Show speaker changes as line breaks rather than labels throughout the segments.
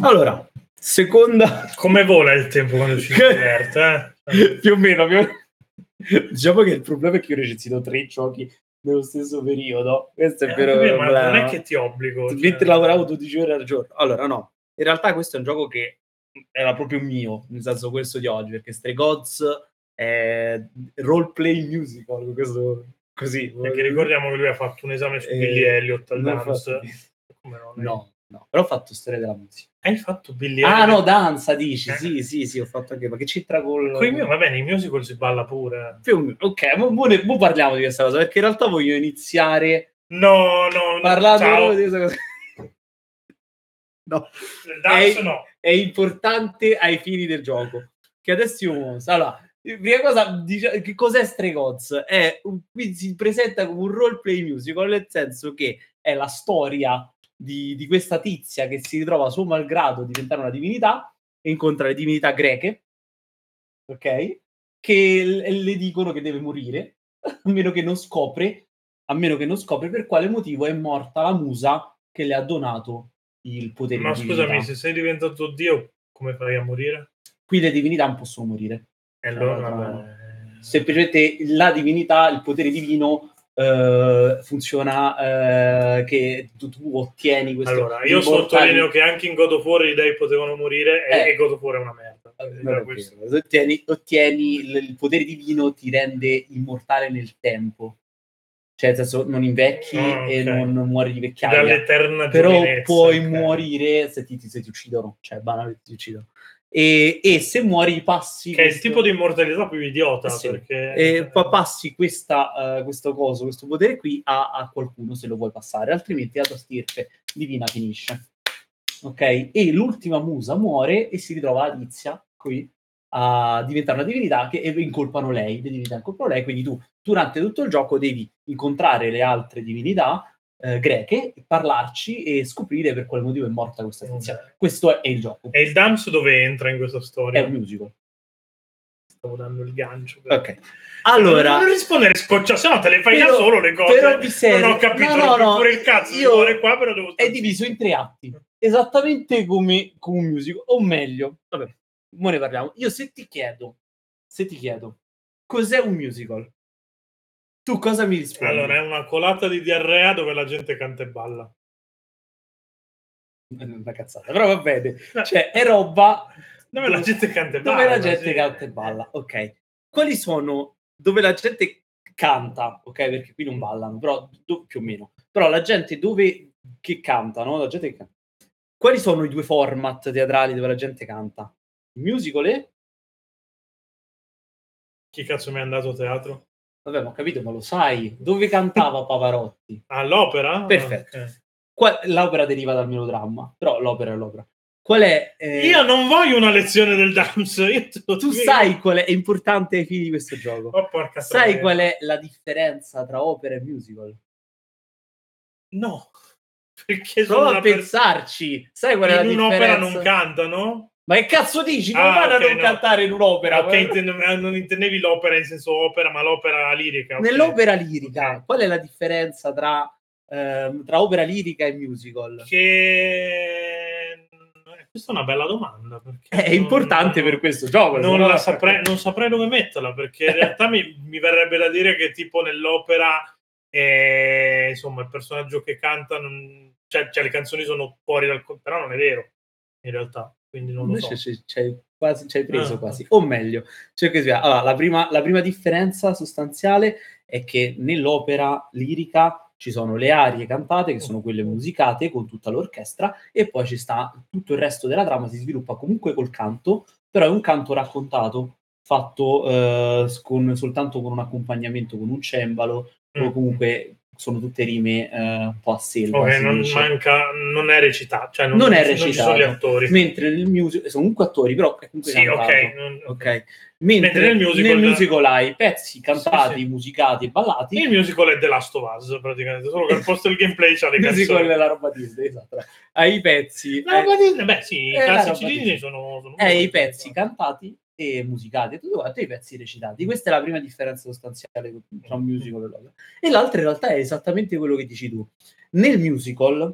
Allora, seconda,
Come vola il tempo quando ci si diverte? eh?
più o meno, più o meno. diciamo che il problema è che io ho recensito tre giochi nello stesso periodo. Questo è
Eh,
vero.
capito, ma non è
problema.
che ti obbligo. cioè.
mentre lavoravo 12 ore al giorno. Allora, no, in realtà questo è un gioco che era proprio mio, nel senso questo di oggi, perché Stray Gods è role play musical, questo così.
Perché ricordiamo che lui ha fatto un esame su
Eh,
Billy Elliot al
non ho
dance.
fatto-
Come no? eh?
No, no, però ho fatto storia della musica.
Hai fatto Billy
Ah
Elliot?
no, danza dici,
Eh.
sì, sì, sì, ho fatto anche, ma che c'entra col...
Coi miei- va bene, i musical si balla pure.
Più o meno. Ok, mo, mo ne- mo parliamo di questa cosa, perché in realtà voglio iniziare
No, no, no.
parlando
ciao.
proprio di questa cosa. No,
Il dance
Ehi.
no.
è importante ai fini del gioco. Che adesso io mostro. Allora, prima cosa, dice- che cos'è Stray Gods? È un- qui si presenta come un roleplay musical, nel senso che è la storia di, di questa tizia che si ritrova suo malgrado a diventare una divinità e incontra le divinità greche, ok? Che l- le dicono che deve morire, a meno che non scopre, a meno che non scopre per quale motivo è morta la musa che le ha donato il potere
Ma
di divinità
scusami, se sei diventato Dio, come fai a morire?
qui le divinità non possono morire.
E allora,
Eh, no,
vabbè.
Semplicemente la divinità, il potere divino eh, funziona eh, che tu, tu ottieni questo.
Allora, io
immortali-
sottolineo che anche in God of War i dei potevano morire e,
Eh.
e God of War è una merda.
Eh,
Era
non è
questo.
vero. Ottieni, ottieni il, il potere divino, ti rende immortale nel tempo. Cioè, nel senso, non invecchi
Ah,
e
ok.
non muori di vecchiaia.
Dall'eterna
Però
giovinezza,
puoi
ok.
morire se ti, se ti uccidono, cioè banalmente ti uccidono. E, e se muori passi...
Che è il
questo-
tipo di immortalità più idiota.
Eh sì.
Perché
e pa- passi questa, eh, questo coso, questo potere qui a, a qualcuno se lo vuoi passare, altrimenti la tua stirpe divina finisce. Ok? E l'ultima musa muore e si ritrova la tizia qui a diventare una divinità che e incolpano lei, le divinità incolpano lei, quindi tu durante tutto il gioco devi incontrare le altre divinità eh, greche, parlarci e scoprire per quale motivo è morta questa tizia.
Ok.
Questo è il gioco,
E il Dams dove entra in questa
è
storia?
un musical.
Stavo dando il gancio. per-
Ok. Allora,
Non rispondere scoccia, se no te le fai da
Però-
solo le cose.
però vi siete-
Non ho capito
no, no,
non
no,
pure il cazzo.
io-
Io ore qua, però devo
è diviso in tre atti, esattamente come, come un musical, o meglio, vabbè, mo ne parliamo. Io se ti chiedo, se ti chiedo, cos'è un musical? Tu cosa mi rispondi?
Allora, è una colata di diarrea dove la gente canta e balla.
Eh, una cazzata, però va bene. Cioè, è roba
Dove la gente canta e balla.
dove la gente
sì.
canta e balla, ok. Quali sono dove la gente canta, ok? Perché qui non ballano, però do- più o meno. Però la gente dove che canta, no? La gente che canta. Quali sono i due format teatrali dove la gente canta? Il musical e
Chi cazzo mi è andato a teatro?
Vabbè, ma ho capito, ma lo sai, dove cantava Pavarotti?
All'opera?
Perfetto.
Ok.
Qua- l'opera deriva dal melodramma, però l'opera è l'opera. Qual è eh,
Io non voglio una lezione del Dams. Io te lo
tu
dico.
sai qual è, è importante ai fini di questo gioco?
Oh, porca
Sai
troia.
qual è la differenza tra opera e musical?
No. Perché sono
Prova a
una persona.
pensarci. Sai qual è la
in un'opera
differenza?
non cantano?
Ma che cazzo dici? Non
Ah,
vanno
ok,
a non
no.
cantare in un'opera.
ok, intendo- eh, non intendevi l'opera in senso opera, ma l'opera lirica. ok.
Nell'opera lirica, qual è la differenza tra, ehm, tra opera lirica e musical?
Che... eh, Questa è una bella domanda. perché
È
non-
importante per questo gioco. se
Non,
no-
la saprei, non saprei dove metterla perché in realtà mi, mi verrebbe da dire che tipo nell'opera eh, insomma il personaggio che canta non- cioè, cioè, le canzoni sono fuori dal co- però non è vero in realtà quindi non lo so
Invece c'è- c'è quasi- ci hai preso
Ah.
quasi, o meglio, cerco di spiegare. Allora, la, prima, la prima differenza sostanziale è che nell'opera lirica ci sono le arie cantate, che sono quelle musicate con tutta l'orchestra, e poi ci sta tutto il resto della trama, si sviluppa comunque col canto, però è un canto raccontato, fatto eh, s- con- soltanto con un accompagnamento, con un cembalo, o
Mm.
comunque sono tutte rime eh, un po' a selva.
Ok,
si
non
dice.
manca non è recitato cioè non,
Non è
non ci sono gli
recitato.
attori
Mentre nel musical, sono comunque attori, però è comunque
sì
cantato.
ok, non-
Ok. Mentre,
Mentre nel musical-
musical hai pezzi cantati,
Sì, sì.
musicati e ballati.
il musical è The Last of Us praticamente solo che al posto del gameplay c'ha le
Il musical
canzoni
è la roba Disney, esatto. Hai i pezzi,
No,
eh,
ma di- beh sì i
eh, la
classici
roba di-
Disney esatto. sono, sono
hai i pezzi cantati e musicati, e tutto quanto, e i pezzi recitati. Questa è la prima differenza sostanziale tra un musical e l'altro. E l'altra in realtà è esattamente quello che dici tu. Nel musical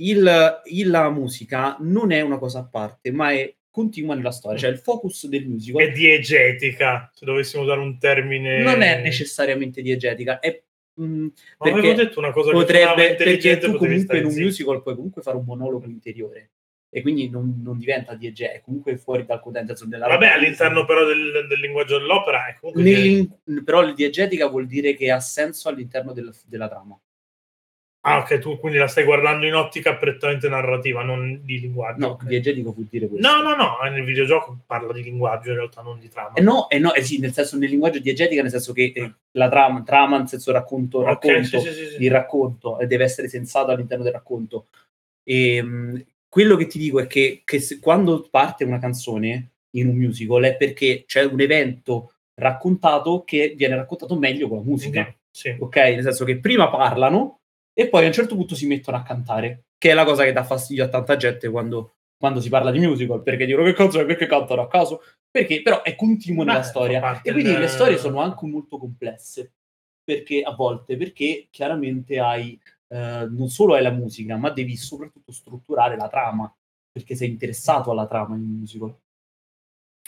il- il- la musica non è una cosa a parte, ma è continua nella storia, cioè il focus del musical
È diegetica, se dovessimo usare un termine...
non è necessariamente diegetica, è mh,
Ma avevo
perché
detto una cosa che suonava
potrebbe perché
intelligente,
tu
potevi
comunque
stare
in un
zitto.
musical puoi comunque fare un monologo interiore e quindi non, non diventa diegetica, è comunque fuori dal contesto della
Vabbè, all'interno però del, del linguaggio dell'opera è comunque... diegetica.
Nel- però il diegetica vuol dire che ha senso all'interno del- della trama.
Ah, ok, tu quindi la stai guardando in ottica prettamente narrativa, non di linguaggio.
No,
ok.
diegetico vuol dire questo.
No, no, no, nel videogioco parla di linguaggio in realtà, non di trama.
Eh no, eh no, eh sì, nel senso nel linguaggio diegetica, nel senso che eh, la trama, trama, nel senso racconto,
Ok,
racconto,
sì, sì, sì, sì.
il racconto eh, deve essere sensato all'interno del racconto. E, mh, quello che ti dico è che, che se- quando parte una canzone in un musical è perché c'è un evento raccontato che viene raccontato meglio con la musica.
Sì.
Ok, nel senso che prima parlano e poi a un certo punto si mettono a cantare, che è la cosa che dà fastidio a tanta gente quando, quando si parla di musical, perché dicono che cazzo è perché cantano a caso? Perché però è continuo
Ma
nella
fa
storia
parte
e quindi
del-
le storie sono anche molto complesse, perché a volte, perché chiaramente hai eh, non solo hai la musica, ma devi soprattutto strutturare la trama, perché sei interessato alla trama in un musical.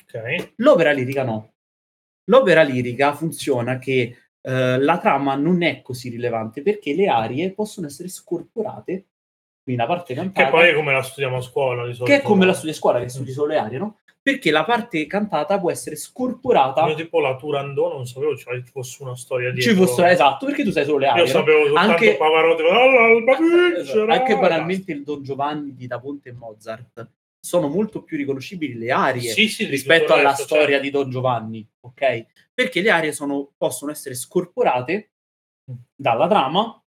Ok.
L'opera lirica no. L'opera lirica funziona che eh, la trama non è così rilevante perché le arie possono essere scorporate, quindi la parte cantata,
Che poi è come la studiamo a scuola di
Ah,
solito. Mm.
che è come la studia a scuola che studi solo le arie, no? Perché la parte cantata può essere scorporata.
Io tipo la Turandot non sapevo ci ci fosse una storia dietro.
Ci fosse esatto, perché tu sai solo le arie.
Io
no?
sapevo soltanto
Anche-
Pavarotti. "Ah, l'alba
Esatto.
vincerà",
Anche banalmente il Don Giovanni di Da Ponte e Mozart sono molto più riconoscibili le arie.
Sì, sì, di
rispetto
tutto il
alla
resto,
storia
certo.
di Don Giovanni, ok? Perché le aree sono, possono essere scorporate
Mm.
dalla trama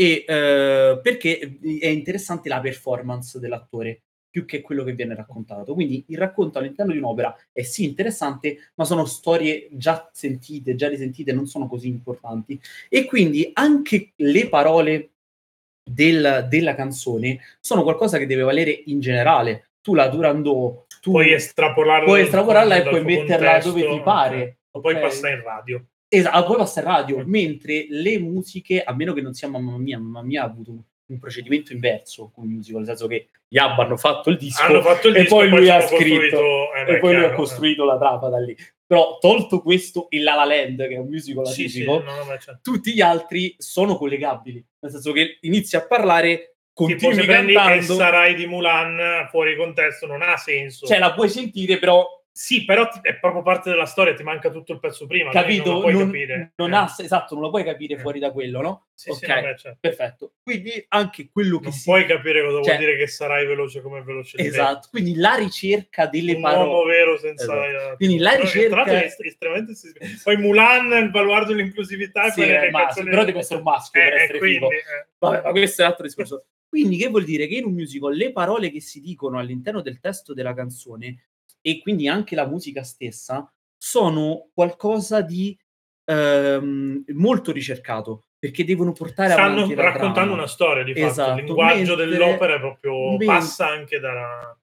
e eh, perché è interessante la performance dell'attore più che quello che viene raccontato. Quindi il racconto all'interno di un'opera è sì interessante, ma sono storie già sentite, già risentite, non sono così importanti. E quindi anche le parole del- della canzone sono qualcosa che deve valere in generale. Tu la Durando, tu
Puoi estrapolarla.
puoi
dal-
estrapolarla e
dal
puoi
suo
metterla
contesto,
dove ti
ok.
pare.
O poi
ok?
passa in radio.
Esatto, poi passa in
Mm.
radio, mentre le musiche, a meno che non sia Mamma Mia, Mamma Mia ha avuto un- un procedimento inverso con il musical, nel senso che gli ABBA hanno fatto il disco
Hanno fatto il
e
disco,
poi lui
ci
ha
hanno costruito-
scritto,
eh,
e
beh,
poi lui ha
chiaro, eh.
costruito la trama da lì. Però tolto questo e La La Land, che è un musical
Sì, sì,
atipico,
no, no, ma certo.
tutti gli altri sono collegabili, nel senso che inizi a parlare,
Tipo se
continui
prendi e
cantando,
sarai di Mulan fuori contesto non ha senso.
cioè la puoi sentire però
Sì, però ti- è proprio parte della storia, ti manca tutto il pezzo prima. quindi
capito?
Non lo puoi
non,
capire.
non
Eh,
ha- esatto, non lo puoi capire
Eh.
fuori da quello, no?
sì, sì,
ok.
vabbè, certo.
Perfetto. Quindi anche quello che
Non
si
puoi capire cosa
Cioè-
vuol dire che sarai veloce come veloce di me.
Esatto, quindi la ricerca delle
Un uomo
parole. Esatto.
vero senza...
Quindi la
Però, Tra l'altro
ricerca
è est- estremamente... sessista. Poi Mulan, il baluardo dell'inclusività...
Sì, è maschio, però deve essere un maschio
Eh,
per essere figo. Vabbè, ma questo è un altro discorso. Quindi che vuol dire che in un musical le parole che si dicono all'interno del testo della canzone e quindi anche la musica stessa sono qualcosa di ehm, molto ricercato perché devono portare
Stanno
avanti la
raccontando
Ah, trama.
una storia, di fatto.
Esatto,
il linguaggio
mentre-
dell'opera è proprio...
men-
passa anche da...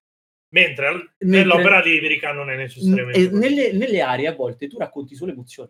Mentre, al-
Mentre-
nell'opera lirica non è necessariamente...
e
così.
nelle, nelle aree a volte tu racconti solo emozioni.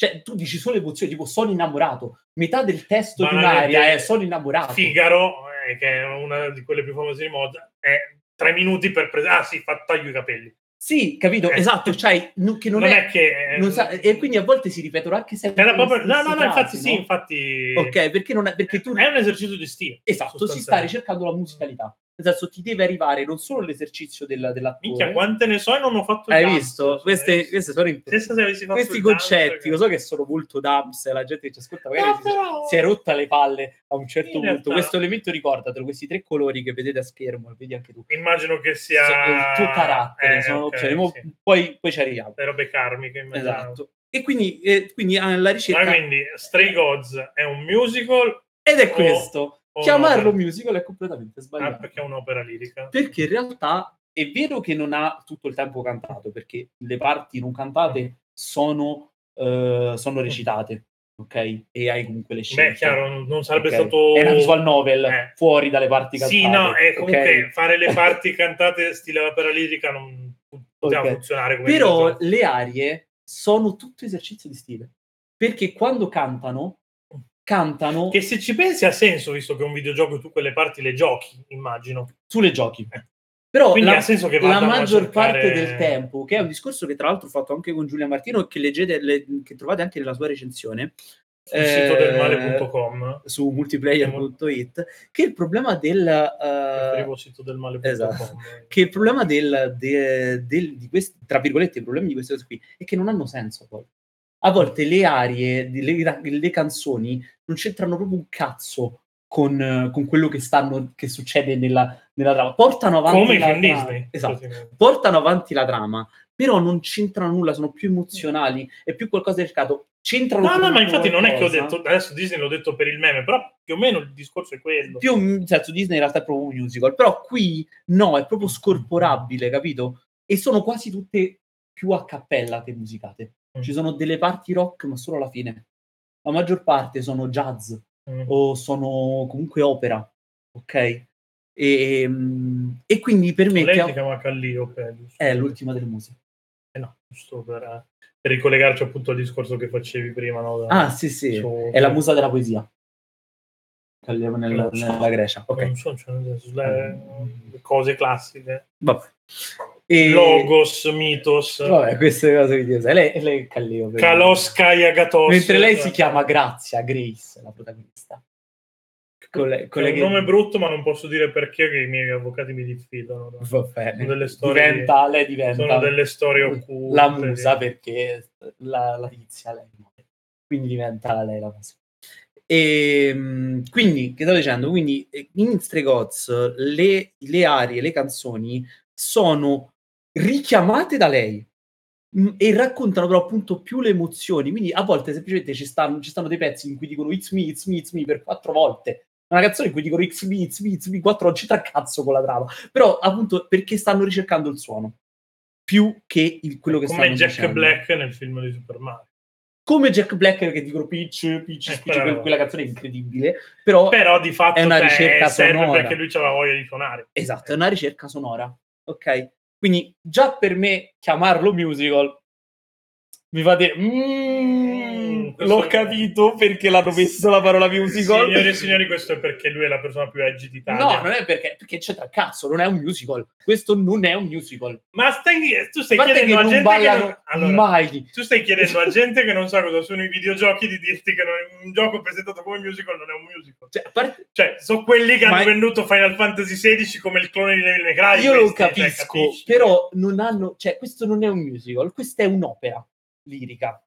Cioè, tu dici solo emozioni, tipo sono innamorato. Metà del testo di
Banalmente,
un'area è sono innamorato.
Figaro, eh, che è una di quelle più famose di moda, è tre minuti per presa. Ah, sì, fa taglio i capelli.
Sì, capito?
Eh.
Esatto, cioè, non, che non,
Non,
è...
è, che.
non sa- e quindi a volte si ripetono anche sempre.
Eh, Era proprio-
le
No, no,
stesse
no, infatti,
frasi,
sì,
no?
infatti.
Ok, perché, non è... perché tu...
È un esercizio di stile.
Esatto, si sta
sostanzialmente.
ricercando la musicalità. Nel senso, ti deve arrivare non solo l'esercizio della, dell'attore.
Minchia, quante ne so e non ho fatto il
Hai
dance,
visto?
cioè,
Queste,
eh,
queste sono importanti.
stessa se avessi fatto
questi
il dance,
concetti,
che-
lo so che sono molto dumps, e la gente che ci ascolta magari
No,
si,
però-
si è rotta le palle a un certo
In
punto.
realtà-
Questo elemento ricordatelo, questi tre colori che vedete a schermo, e vedi anche tu.
Immagino che sia
So- il tuo carattere,
ah, Eh,
sono
ok,
opzioni, mo-
sì.
poi, poi ci arriviamo.
Le robe karmiche, immagino.
Esatto. E quindi, eh, quindi alla
Ma
ricerca...
quindi Stray Gods è un musical
Ed è
o-
questo.
o
Chiamarlo
un'opera?
musical è completamente sbagliato.
oh, Ah, perché è un'opera lirica.
perché in realtà è vero che non ha tutto il tempo cantato, perché le parti non cantate sono, eh, sono recitate, ok? E hai comunque le scelte.
Beh, chiaro, non- non sarebbe
ok?
stato.
È una visual novel
Eh.
fuori dalle parti cantate.
Sì, no, e comunque
ok?
fare le parti cantate stile opera lirica non poteva
Ok.
funzionare come
Però
videogioco.
le arie sono tutto esercizio di stile, perché quando cantano cantano
Che se ci pensi ha senso, visto che è un videogioco tu quelle parti le giochi, immagino.
sulle giochi. Eh. Però
Quindi
la,
ha senso che
la
vadano a
maggior
cercare-
parte del tempo, che è un discorso che tra l'altro ho fatto anche con Giulia Martino e che, leggete, le- che trovate anche nella sua recensione
Il sito del
eh,
male.com.
su multiplayer.it, che il problema del... eh,
Preferivo il sito del male.com.
esatto. che il problema del, de- del- di questi, tra virgolette, i problemi di queste cose qui è che non hanno senso poi. A volte le arie, di- le, le canzoni non c'entrano proprio un cazzo con, eh, con quello che, stanno, che succede nella, nella trama. Portano avanti
Come i
la
film
trama.
Disney.
Esatto.
praticamente.
Portano avanti la trama, però non c'entrano nulla, sono più emozionali, è più qualcosa cercato. C'entrano
No, no,
con
ma infatti non è che ho
qualcosa.
detto adesso Disney l'ho detto per il meme, però più o meno il discorso è quello.
più nel senso mm, cioè, Disney in realtà è proprio un musical, però qui no, è proprio scorporabile, capito? E sono quasi tutte più a cappella che musicate.
Mm.
Ci sono delle parti rock, ma solo alla fine. La maggior parte sono jazz
Mm.
o sono comunque opera, ok? E, ehm, e quindi per me
Lei
che-
si chiama Calliope. giusto?
è l'ultima delle muse.
Eh no, giusto per, per ricollegarci appunto al discorso che facevi prima. No, da-
Ah, sì, sì,
su-
è la musa della poesia. Calliamo nella,
Non so.
nella Grecia, ok.
Non so, cioè, nel senso, le, le cose classiche.
Vabbè. E...
Logos, mitos,
Vabbè, queste cose di Lei, lei è Calliope.
Kalosca e Agatos.
Mentre lei
Cioè,
si chiama Grazia, Grace, la protagonista. Con le, con
è
le
un
che-
nome brutto, ma non posso dire perché che i miei avvocati mi diffidano. no?
Va bene.
Sono delle storie-
Diventa- lei diventa
Sono delle storie occulte.
la musa perché la, la tizia lei muore. Quindi diventa lei la musa. E, mm, quindi, che sto dicendo? Quindi eh, in Stregoz le, le arie, le canzoni sono richiamate da lei mm, e raccontano però appunto più le emozioni. Quindi a volte semplicemente ci stanno, ci stanno dei pezzi in cui dicono it's me, it's me, it's me per quattro volte. Una canzone in cui dicono it's me, it's me, it's me, quattro non c'entra cazzo con la trama. Però appunto perché stanno ricercando il suono più che il- quello che
Come
stanno
Jack
dicendo.
Black nel film di Super Mario.
Come Jack Black che dicono Peach, Peach,
Eh,
Peach,
però-
quella- quella canzone è incredibile, però
Però di fatto
È una
cioè,
ricerca
serve
sonora.
perché lui aveva voglia di suonare. Eh.
esatto, è una ricerca sonora, ok? Quindi già per me chiamarlo musical mi fate "Mm,
questo-
l'ho capito perché l'hanno messo la parola musical.
Signori e signori, questo è perché lui è la persona più edgy d'Italia.
No, non è perché, perché c'entra cazzo, non è un musical. Questo non è un musical.
Ma stai, tu
A
stai
parte che
chiedendo a
non
gente che
ballano
non... Allora,
mai.
tu stai chiedendo a gente che non sa cosa sono i videogiochi di dirti che non- un gioco presentato come musical non è un musical.
Cioè, a parte-
Cioè, sono quelli che
Ma-
hanno venduto Final Fantasy XVI come il clone di Devil May Cry.
io lo
questi, cioè,
capisco,
capisci?
però non hanno, cioè, questo non è un musical, questa è un'opera lirica.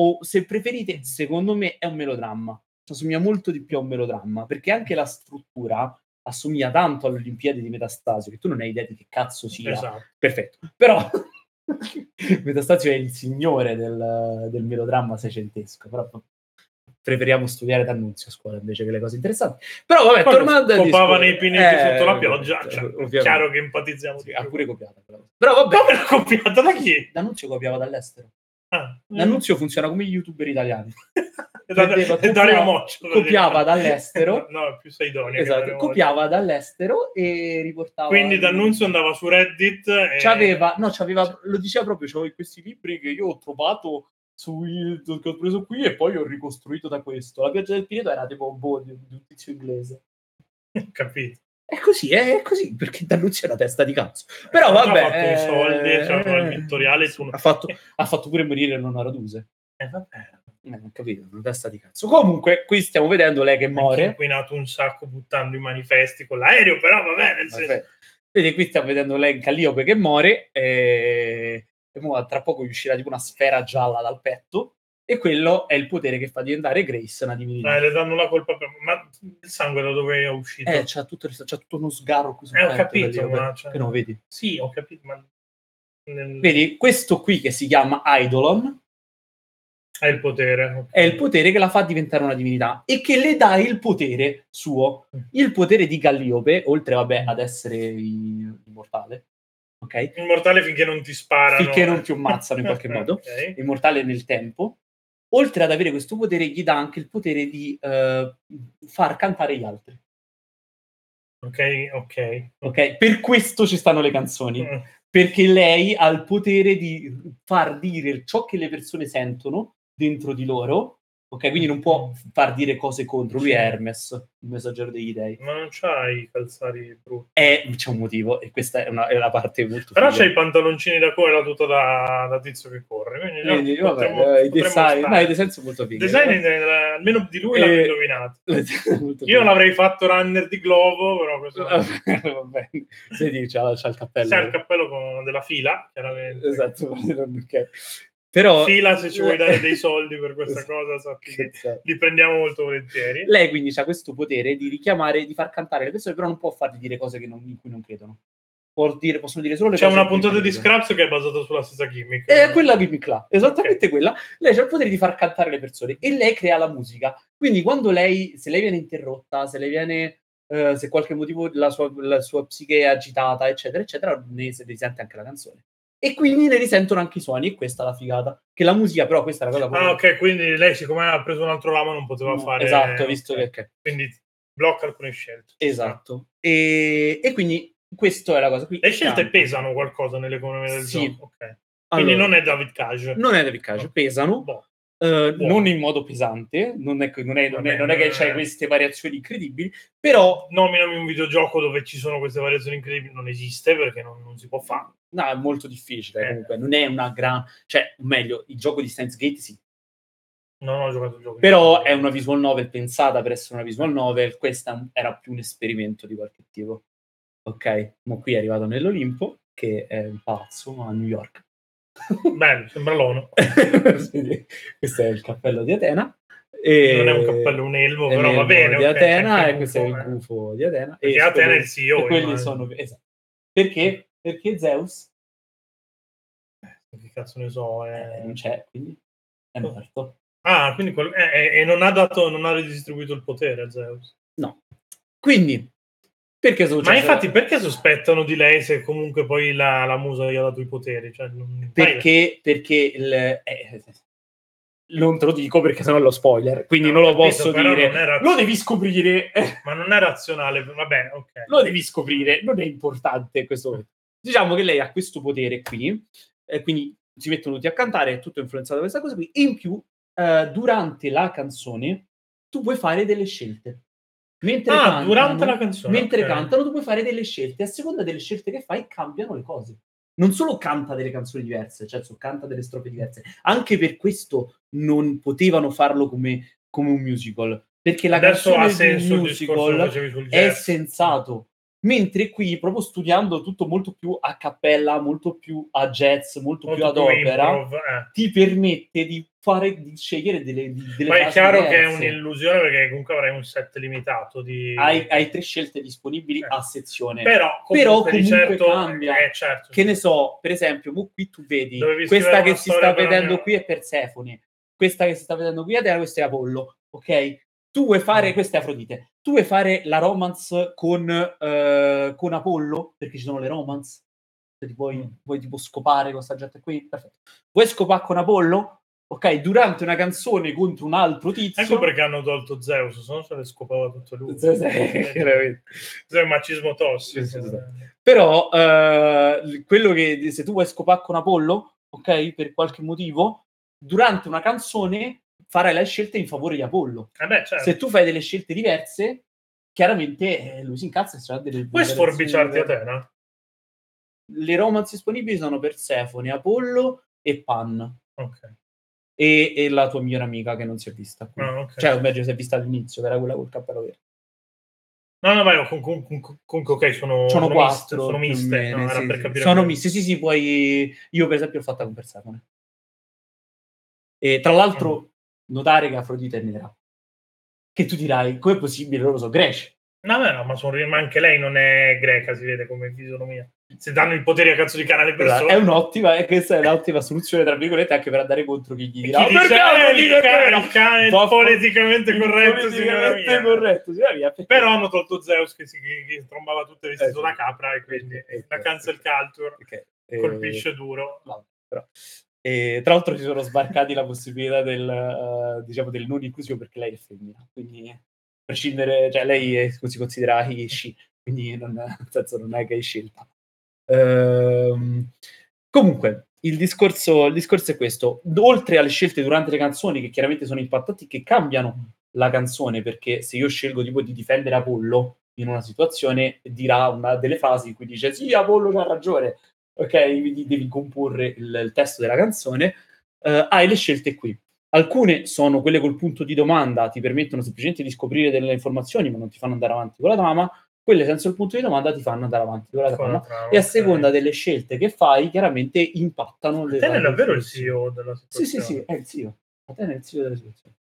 O se preferite, secondo me è un melodramma. Ci assomiglia molto di più a un melodramma, perché anche la struttura assomiglia tanto alle Olimpiadi di Metastasio, che tu non hai idea di che cazzo sia.
Esatto.
Perfetto. Però Metastasio è il signore del, del melodramma seicentesco, però boh, preferiamo studiare D'Annunzio a scuola invece che le cose interessanti. Però vabbè,
Poi
tornando al
scopavano
discorso-
i pinetti
Eh,
sotto la pioggia.
ovviamente,
Cioè,
ovviamente.
chiaro che empatizziamo.
Sì,
di
ha
più.
pure copiata quella cosa. Però vabbè,
Come l'ha copiata da chi?
D'Annunzio copiava dall'estero.
Ah,
D'Annunzio funziona come gli youtuber italiani.
E da-
Vedeva,
e Dario
copiava-
Moccio.
copiava dall'estero.
No, no, più sei idoneo. che
Esatto,
Dario
copiava dall'estero e riportava.
Moccio. Quindi D'Annunzio Cioè. andava su Reddit e...
C'aveva, no, c'aveva, lo diceva proprio, c'avevo questi libri che io ho trovato sui, che ho preso qui e poi ho ricostruito da questo. La pioggia del Pineto era tipo boh, di di un tizio inglese.
Capito.
È così, è, è così, perché D'Annunzio è una testa di cazzo. Però vabbè...
Ha fatto i soldi,
eh,
c'era il vittoriale. su-
ha, fatto, ha fatto pure morire Nonna Raduse.
Eh, vabbè.
Eh, non capito, una testa di cazzo. Comunque, qui stiamo vedendo lei che
Anche
muore.
inquinato un sacco buttando i manifesti con l'aereo, però vabbè, eh, nel senso,
Vabbè. Vedi, qui stiamo vedendo lei in Calliope che muore. E, e mo tra poco gli uscirà tipo una sfera gialla dal petto. E quello è il potere che fa diventare Grace una divinità.
dai, eh, le danno la colpa per... Ma il sangue da dove è uscito?
Eh, c'ha tutto, il- c'ha tutto uno sgarro qui sul
Eh, ho
petto,
capito,
Calliope,
ma, cioè-
che non vedi.
Sì, ho capito, ma... nel-
Vedi, questo qui che si chiama Eidolon
È il potere. ok.
è il potere che la fa diventare una divinità e che le dà il potere suo. Il potere di Calliope, oltre vabbè, ad essere i- immortale, ok?
Immortale finché non ti sparano. eh.
Finché non ti ammazzano in qualche modo.
Ok.
immortale nel tempo, oltre ad avere questo potere, gli dà anche il potere di eh, far cantare gli altri.
Ok, ok.
Ok? Per questo ci stanno le canzoni,
Mm.
perché lei ha il potere di far dire ciò che le persone sentono dentro di loro Ok, quindi non può far dire cose contro. Lui è Hermes, il messaggero degli dei.
Ma non c'hai i calzari brutti.
E c'è un motivo, e questa è, una, è la parte molto.
Però
figa.
c'hai i pantaloncini da cuore e la tuta da, da tizio che corre. Quindi, no,
Quindi, vabbè, eh,
potremmo-
i
potremmo
design,
stare.
ma i design sono molto fighi.
Design, eh, almeno di lui l'avevo
Eh,
indovinato.
Molto
Io
fighi.
l'avrei fatto runner di Globo, però questo
Ah, Va bene. Vedi, c'ha, c'ha il cappello.
c'è il cappello con- della fila, chiaramente.
Esatto, ok. Però... Esatto.
Fila, se ci vuoi dare dei soldi per questa cosa, sappi che
Cazzo.
li prendiamo molto volentieri.
Lei quindi ha questo potere di richiamare, di far cantare le persone, però non può fargli dire cose che non- in cui non credono. Può dire- possono dire solo le
C'è
cose
una
in cui
puntata di
credono.
Scraps che è basata sulla stessa gimmick.
È Eh, quella gimmick là, esattamente quella. Lei ha il potere di far cantare le persone e lei crea la musica. Quindi quando lei, se lei viene interrotta, se lei viene, eh, se qualche motivo la sua, la sua psiche è agitata, eccetera, eccetera, ne si risente anche la canzone. E quindi ne risentono anche i suoni e questa è la figata. Che la musica però questa è la cosa...
Ah,
proprio-
ok, quindi lei siccome ha preso un altro ramo non poteva
No,
fare...
Esatto, visto
ok.
che... che-
Quindi blocca alcune scelte.
Esatto. E, e quindi questa è la cosa. qui.
Le scelte
Tanto.
pesano qualcosa nell'economia del
Esatto. Sì.
gioco. ok. Quindi
Allora,
non è David Cage.
non è da piccare,
No.
pesano.
Boh.
eh,
Buono.
non in modo pesante, non è, non è- non è- non è che
Vabbè,
c'è
eh.
queste variazioni incredibili, però
Nominami un videogioco dove ci sono queste variazioni incredibili. Non esiste perché non, non si può fare.
no, è molto difficile.
Eh.
Comunque, non è una gran, cioè, o meglio, il gioco di Steins Gate sì,
Non ho giocato al gioco.
però è una visual novel pensata per essere una visual novel. Questa era più un esperimento di qualche tipo. Ok, ma qui è arrivato nell'Olimpo, che è un palazzo a New York.
Bello, sembra l'ONU.
Quindi, questo è il cappello di Atena. E...
Non è un cappello, un elmo,
Eh, è
Oh, però va
l'elmo
bene.
Di
ok, c'è
Atena,
anche
e questo è il
gufo, eh.
gufo di Atena.
Perché
e
Atena è il
scopri-
CEO,
e quelli
immagino.
sono- esatto. Perché? Perché Zeus
Che cazzo ne so.
eh,
eh.
non c'è, quindi è
Oh.
morto.
Ah, quindi quel- eh, eh, e non ha dato, non ha ridistribuito il potere a Zeus.
No. Quindi, perché sono
Ma infatti, perché sospettano di lei se comunque poi la, la musa gli ha dato i poteri? Cioè, non-
perché, perché il, eh, non te lo dico perché sennò è lo spoiler, quindi
No,
non lo
capito,
posso
però
dire.
non era- cioè
Lo devi scoprire.
Ma non è razionale. Vabbè, ok.
lo devi scoprire, non è importante questo momento. Diciamo che lei ha questo potere qui, eh, quindi si mettono tutti a cantare, è tutto influenzato da questa cosa qui, e in più eh, durante la canzone tu puoi fare delle scelte. Mentre
Ah,
cantano,
durante la canzone.
mentre
ok.
cantano tu puoi fare delle scelte, a seconda delle scelte che fai cambiano le cose. Non solo canta delle canzoni diverse, cioè so- canta delle strofe diverse, anche per questo non potevano farlo come, come un musical, perché la
Adesso ha
canzone di
senso
un
il discorso che
musical
facevi sul
è
jazz.
sensato. Mentre qui, proprio studiando tutto molto più a cappella, molto più a jazz, molto,
Molto
più ad
più
opera,
improv, eh.
ti permette di fare, di scegliere delle, di- delle
Ma è
frasi
chiaro che è
diverse.
un'illusione perché comunque avrai un set limitato di...
Hai, hai tre scelte disponibili
Eh.
a sezione.
Però comunque,
Però
di
comunque
certo,
cambia.
eh, certo.
Che ne so, per esempio, mo qui tu vedi,
Dovevi
questa
scrivere
che
una
si
storia
sta
per
vedendo
ognuno.
qui è Persefone, questa che si sta vedendo qui è Atena, questa è Apollo, ok? Tu vuoi
Mm.
fare, questa è Afrodite, tu vuoi fare la romance con, eh, con Apollo, perché ci sono le romance, se ti
Mm.
vuoi, vuoi tipo scopare con sta gente qui, perfetto. Vuoi scopare con Apollo? Ok, durante una canzone contro un altro tizio...
Ecco perché hanno tolto Zeus, se no se le scopava tutto lui.
Sì, sì, chiaramente.
Cioè, macismo tossico.
Sì, sì, sì. però eh, quello che se tu vuoi scopare con Apollo, ok, per qualche motivo, durante una canzone farai le scelte in favore di Apollo.
Eh beh, certo.
Se tu fai delle scelte diverse, chiaramente eh, lui si incazza e sarà delle
Puoi
delle
sforbiciarti a
reazioni-
Atena?
Le romance disponibili sono Persefone, Apollo e Pan
Ok.
e, e la tua migliore amica che non si è vista qui.
Ah, ok.
Cioè, o meglio, si è vista all'inizio, che era quella col cappello verde.
No, no, ma con, con, con, con- ok, sono,
Sono,
miste,
quattro.
sono
più o
miste,
meno,
no, era
sì,
per
sì.
capire
Sono
quello.
miste, sì, sì, puoi... Io per esempio ho fatta con Persefone. E tra
Mm.
l'altro notare che Afrodite è nera. Che tu dirai, com'è possibile? Loro sono greci.
No, no, no, ma, sono- ma anche lei non è greca, si vede come fisonomia. Se danno il potere a cazzo di cane alle persone,
È un'ottima, e questa è un'ottima soluzione, tra virgolette, anche per andare contro chi gli
Chi
dirà
dice,
"Perché
"Eh,
Afrodite
il,
è
cane,
nera?"
il cane è
Boh,
politicamente corretto, signora
politicamente
mia.
corretto, signora mia, perché-
Però hanno tolto Zeus che si che, che trombava tutte vestite
Eh, sì.
da capra e quindi
Eh, sì.
la cancel culture
Ok, eh,
colpisce duro.
no, però- e tra l'altro ci sono sbarcati la possibilità del, eh, diciamo, del non inclusivo perché lei è femmina, quindi a prescindere, cioè lei è- si considera he, she, quindi non, nel senso non è che hai scelta. Ehm, comunque, il discorso, il discorso è questo: oltre alle scelte durante le canzoni, che chiaramente sono impattanti, che cambiano la canzone, perché se io scelgo tipo di difendere Apollo in una situazione, dirà una delle fasi in cui dice sì, Apollo c'ha ragione, ok, quindi devi comporre il, il testo della canzone, eh, hai le scelte qui. Alcune sono quelle col punto di domanda, ti permettono semplicemente di scoprire delle informazioni, ma non ti fanno andare avanti con la trama. Quelle senza il punto di domanda ti fanno andare avanti con la
Con
trama.
la trama,
E a
ok.
seconda delle scelte che fai, chiaramente impattano le
Te è
varie
davvero il
situazioni.
CEO della
Sì,
situazione.
sì, sì, è il zio. Atene è il zio della situazione.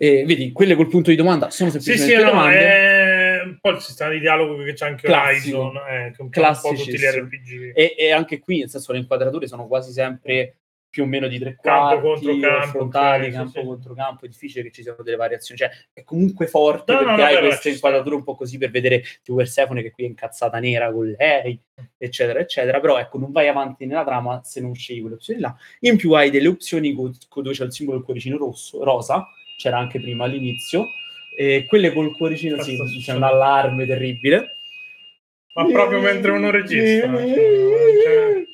E vedi, quelle col punto di domanda sono
Sì,
semplicemente
sì, no,
domande.
eh, poi ci sta il dialogo che c'è anche
Classico.
Horizon, eh, che è un po' un po'
Classicissimo.
tutti gli RPG.
E, e anche qui, nel senso, le inquadrature sono quasi sempre più o meno di tre
Campo
quarti,
contro campo,
frontali,
ok, sì,
campo
sì.
contro campo, è difficile che ci siano delle variazioni, cioè è comunque forte
No, no,
perché
no,
hai
vabbè,
queste
ci sta.
inquadrature un po' così per vedere tipo Persefone che qui è incazzata nera con lei, eccetera, eccetera, però ecco, non vai avanti nella trama se non scegli quelle opzioni là. In più hai delle opzioni co- co- dove c'è il simbolo del cuoricino rosso, rosa, c'era anche prima all'inizio, e quelle col cuoricino, sì,
Cazzo,
c'è un allarme terribile.
Ma proprio mentre uno regista.
Eh,
cioè,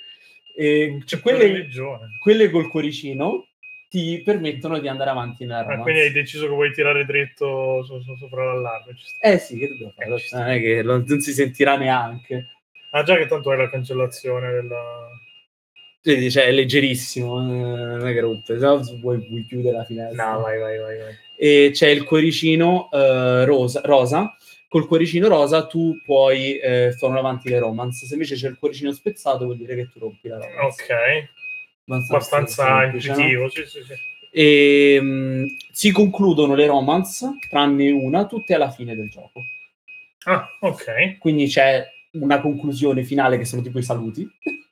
eh,
c'è
quelle,
religione.
quelle col cuoricino ti permettono di andare avanti nella
Ah,
romanza.
quindi hai deciso che vuoi tirare dritto so- so- sopra l'allarme. ci sta.
Eh sì, che dobbiamo fare?
Eh, ci sta.
Non è che lo- non si sentirà neanche.
Ah, già che tanto è la cancellazione della...
Quindi, cioè, è leggerissimo, eh, non è che rompe, se no vuoi, vuoi chiudere la
Eh,
finestra.
vai, vai, vai. vai.
e c'è il cuoricino eh, rosa, rosa. Col cuoricino rosa tu puoi eh, tornare avanti le romance, se invece c'è il cuoricino spezzato vuol dire che tu rompi la romance.
Ok, abbastanza
abbastanza semplice, no?
intuitivo. Sì, diciamo. sì, sì.
e mh, Ehm, si concludono le romance, tranne una, tutte alla fine del gioco.
Ah, ok.
Quindi c'è una conclusione finale che sono tipo i saluti.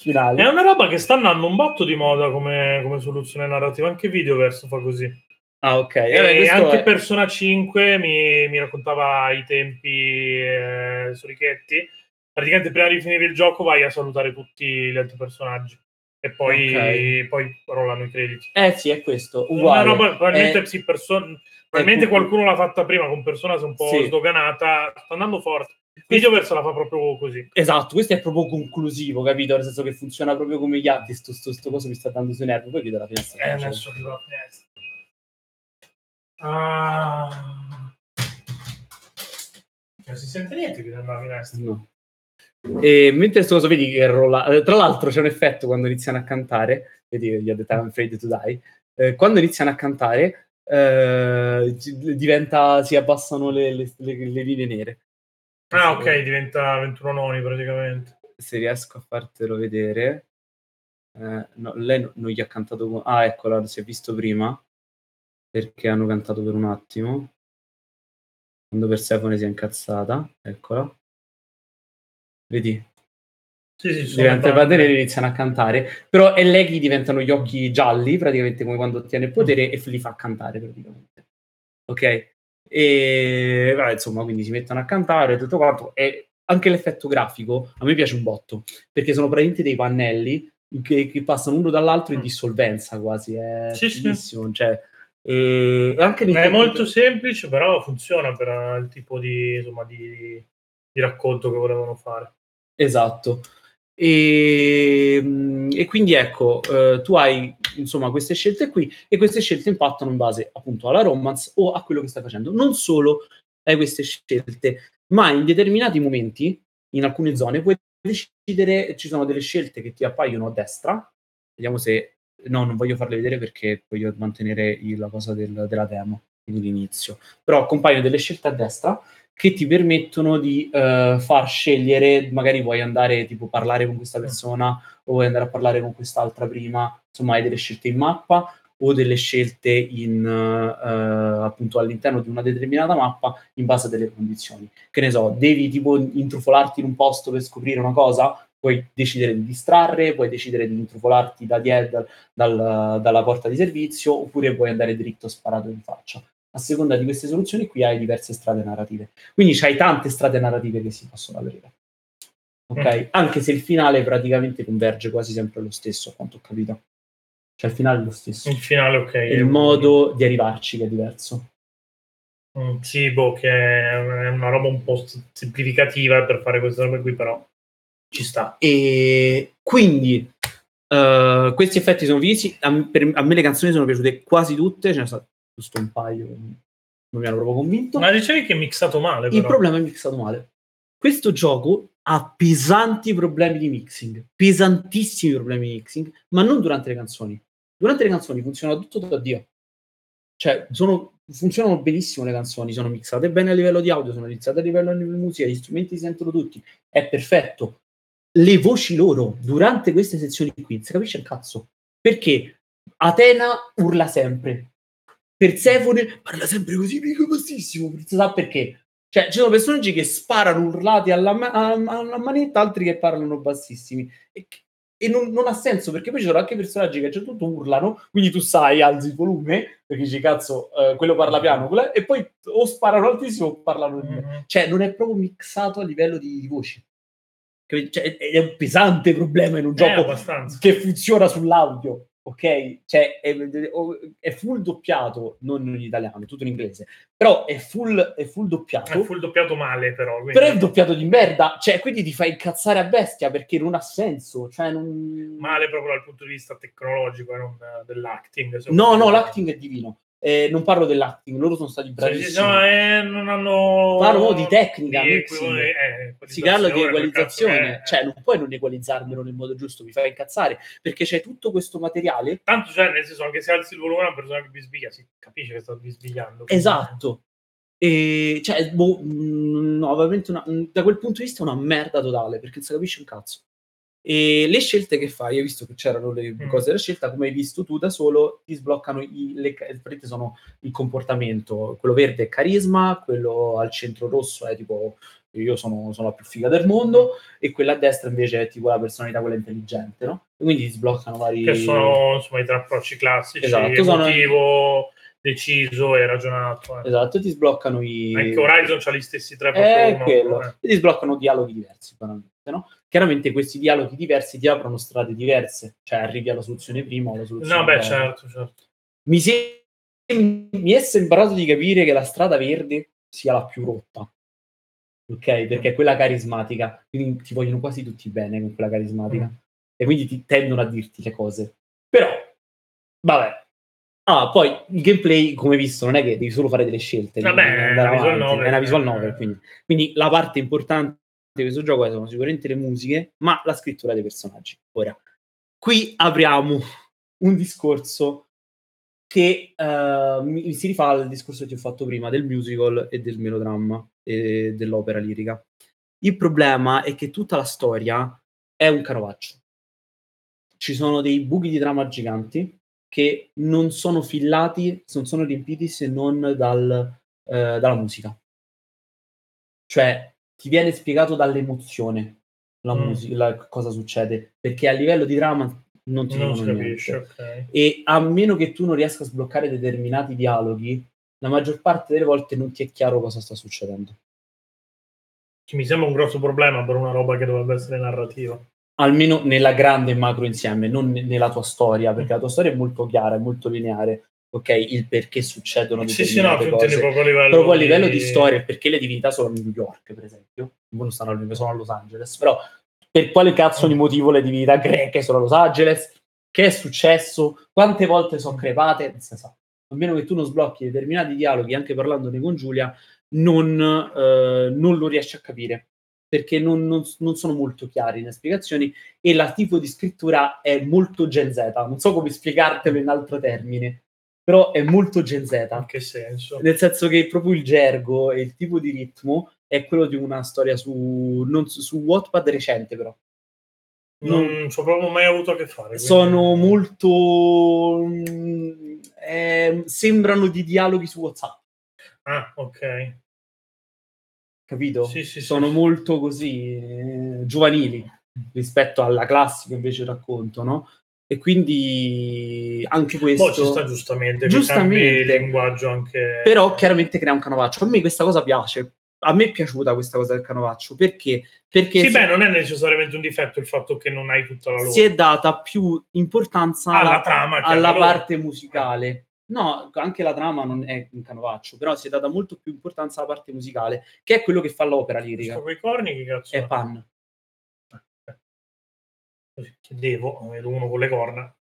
Finali.
È una roba che sta andando un botto di moda come, come soluzione narrativa. Anche Videoverse fa così.
Ah, ok.
E
Vabbè, questo
Eh, anche
è-
Persona 5 mi, mi raccontava i tempi eh, su Richetti. Praticamente prima di finire il gioco vai a salutare tutti gli altri personaggi e poi, poi rollano i crediti.
Eh sì, è questo. Uguale.
Una roba, probabilmente,
È-
sì, person- probabilmente
è-
qualcuno l'ha fatta prima con Persona si è un po'
Sì.
sdoganata. Sta andando forte. Videoverse la fa proprio così.
Esatto, questo è proprio conclusivo, capito? Nel senso che funziona proprio come gli altri. Sto, sto, sto coso mi sta dando sui nervi. Poi chiudo la finestra.
Eh, adesso arriva la finestra. Ah. Non si sente niente che dalla finestra.
No. E mentre sto coso vedi che rolla. eh, Tra l'altro c'è un effetto quando iniziano a cantare, vedi che gli ho detto I'm afraid to die. eh, quando iniziano a cantare, eh, ci- diventa, si abbassano le, le- le- le linee nere.
Ah, ok, diventa 21 noni praticamente.
Se riesco a fartelo vedere. Eh, no, lei no- non gli ha cantato. con- Ah, eccola, si è visto prima. Perché hanno cantato per un attimo. Quando Persefone si è incazzata, eccola. Vedi,
Sì, sì, ci sono
diventa
tante.
il padre e iniziano a cantare però è lei che diventano gli occhi gialli praticamente come quando ottiene il potere e li fa cantare praticamente ok e vabbè, insomma quindi si mettono a cantare tutto quanto e anche l'effetto grafico a me piace un botto perché sono praticamente dei pannelli che, che passano uno dall'altro in
Mm.
dissolvenza quasi è
Sì, sì.
bellissimo cioè e e anche nei
È
tempi-
molto semplice, però funziona per eh, il tipo di, insomma, di, di racconto che volevano fare.
Esatto. E, mm, e quindi ecco, eh, tu hai insomma queste scelte qui e queste scelte impattano in base appunto alla romance o a quello che stai facendo. Non solo hai queste scelte, ma in determinati momenti, in alcune zone, puoi decidere, ci sono delle scelte che ti appaiono a destra, vediamo se... No, non voglio farle vedere perché voglio mantenere il- la cosa del- della demo, quindi l'inizio. Però compaiono delle scelte a destra che ti permettono di eh, far scegliere, magari vuoi andare tipo a parlare con questa persona o vuoi andare a parlare con quest'altra prima, insomma hai delle scelte in mappa o delle scelte in, eh, appunto all'interno di una determinata mappa in base a delle condizioni. Che ne so, devi tipo intrufolarti in un posto per scoprire una cosa, puoi decidere di distrarre, puoi decidere di intrufolarti da die- dal- dal- dalla porta di servizio oppure puoi andare dritto sparato in faccia. A seconda di queste soluzioni qui hai diverse strade narrative. Quindi c'hai tante strade narrative che si possono aprire. Ok? Anche se il finale praticamente converge quasi sempre allo stesso, a quanto ho capito. Cioè il finale è lo stesso.
Il finale, ok.
È il modo di arrivarci che è diverso.
Mm, sì, boh, che è una roba un po' st- semplificativa per fare queste robe qui, però ci sta.
E quindi Eh, questi effetti sono vici. A, m- per- a me le canzoni sono piaciute quasi tutte, ce ne sono giusto un paio che non mi hanno proprio convinto.
Ma dicevi che è mixato male,
Il
però.
problema è mixato male. Questo gioco ha pesanti problemi di mixing, pesantissimi problemi di mixing, ma non durante le canzoni. Durante le canzoni funziona tutto da Dio. Cioè, sono- funzionano benissimo le canzoni, sono mixate bene a livello di audio, sono mixate a livello di musica, gli strumenti si sentono tutti, è perfetto. Le voci loro durante queste sezioni qui, non si capisce il cazzo. Perché Atena urla sempre, Persefone parla sempre così, mica bassissimo, non si sa perché. Cioè, ci sono personaggi che sparano urlati alla, ma- a- alla manetta, altri che parlano bassissimi. E, che- e non, non ha senso, perché poi ci sono anche personaggi che a un certo punto urlano, quindi tu sai, alzi il volume, perché dici, cazzo, eh, quello parla piano, quello- e poi o sparano altissimo o parlano di me.
Mhm.
Cioè, non è proprio mixato a livello di, di voci. Capi- Cioè, è, è un pesante problema in un
Eh,
gioco
abbastanza.
che funziona sull'audio, ok? Cioè, è, è full doppiato, non in italiano, tutto in inglese, però è full, è full doppiato
È full doppiato male, però. quindi-
però è un doppiato di merda, cioè quindi ti fai incazzare a bestia perché non ha senso, cioè non...
Male proprio dal punto di vista tecnologico e non eh, dell'acting.
No,
secondo
no,
me.
l'acting è divino, Eh, non parlo dell'acting, loro sono stati
Cioè,
bravissimi,
ci sono, eh, non hanno...
parlo di tecnica,
di
mixing.
equivo- eh,
si parla di
quel cazzo eh, che è.
equalizzazione, cioè non puoi non equalizzarmelo nel modo giusto, mi fai incazzare, perché c'è tutto questo materiale,
Tanto, cioè, nel senso, anche se alzi il volume a una persona che bisbiglia, si capisce che sta bisbigliando. quindi-
esatto, e cioè, boh, mm, no, veramente una- mm, da quel punto di vista è una merda totale, perché non si capisce un cazzo. E le scelte che fai, hai visto che c'erano le
Mm.
cose da scelta, come hai visto tu da solo, ti sbloccano i, le, praticamente sono il comportamento. Quello verde è carisma, quello al centro rosso è tipo io sono, sono la più figa del mondo, e quella a destra invece è tipo la personalità, quella intelligente, no? E quindi ti sbloccano vari...
Che sono, insomma, i tre approcci classici,
Esatto, sono-
emotivo, deciso e ragionato. eh.
Esatto, ti sbloccano i...
Anche Horizon ha gli stessi tre
è
proprio
quello.
uno, eh.
E ti sbloccano dialoghi diversi, banalmente, no? Chiaramente questi dialoghi diversi ti aprono strade diverse, cioè arrivi alla soluzione prima o alla soluzione
No, beh,
dopo.
certo, certo.
Mi, se- mi è sembrato di capire che la strada verde sia la più rotta. Ok, perché è quella carismatica, quindi ti vogliono quasi tutti bene con quella carismatica.
Mm.
E quindi ti tendono a dirti le cose. Però, vabbè. Ah, poi il gameplay, come visto, non è che devi solo fare delle scelte.
Vabbè,
devi
è
andare
una visual
avanti,
novel.
è una visual novel, quindi. Quindi la parte importante di questo gioco sono sicuramente le musiche, ma la scrittura dei personaggi. Ora, qui apriamo un discorso che eh, mi- si rifà al discorso che ti ho fatto prima del musical e del melodramma e dell'opera lirica. Il problema è che tutta la storia è un carovaccio. Ci sono dei buchi di trama giganti che non sono fillati, non sono riempiti se non dal, eh, dalla musica. Cioè, ti viene spiegato dall'emozione la
Mm.
musica, la- cosa succede, perché a livello di trama non ti
Non si
dicono
capisce,
niente
ok.
e a meno che tu non riesca a sbloccare determinati dialoghi, la maggior parte delle volte non ti è chiaro cosa sta succedendo.
Che mi sembra un grosso problema per una roba che dovrebbe essere narrativa.
Almeno nella grande macro insieme, non ne- nella tua storia,
Mm.
perché la tua storia è molto chiara, è molto lineare, ok? Il perché succedono
Sì, sì, no,
determinate
tutti
cose.
proprio a livello,
proprio a livello di storia, perché le divinità sono a New York, per esempio, non stanno a New York, sono a Los Angeles, però per quale cazzo di motivo le divinità greche sono a Los Angeles? Che è successo? Quante volte sono crepate? Non si sa. A meno che tu non sblocchi determinati dialoghi, anche parlandone con Giulia, non, eh, non lo riesci a capire, perché non, non- non sono molto chiari le spiegazioni e la tipo di scrittura è molto Gen Z, non so come spiegartelo in altro termine, però è molto Gen Z
In che senso?
nel senso che proprio il gergo e il tipo di ritmo è quello di una storia su, non, su- su Wattpad recente però
Non,
non-
ci ho proprio mai avuto a che fare. Mm, quindi-
sono molto mm, eh, sembrano di dialoghi su Whatsapp
Ah, ok.
capito?
Sì, sì, sì,
sono
sì.
molto così eh, giovanili rispetto alla classica invece racconto no? e quindi anche questo
Poi Boh, ci sta giustamente, che
Giustamente.
cambi il linguaggio anche...
però chiaramente crea un canovaccio. A me questa cosa piace. A me è piaciuta questa cosa del canovaccio perché, perché
Sì,
si,
beh, non è necessariamente un difetto il fatto che non hai tutta la loro.
si è data più importanza
alla
alla,
trama. che
alla
hanno loro.
parte musicale. No, anche la trama non è un canovaccio, però si è data molto più importanza alla parte musicale, che è quello che fa l'opera
Sto Eh,
lirica.
coi corni, che cazzo?
È Pan.
che devo, ero uno con le corna.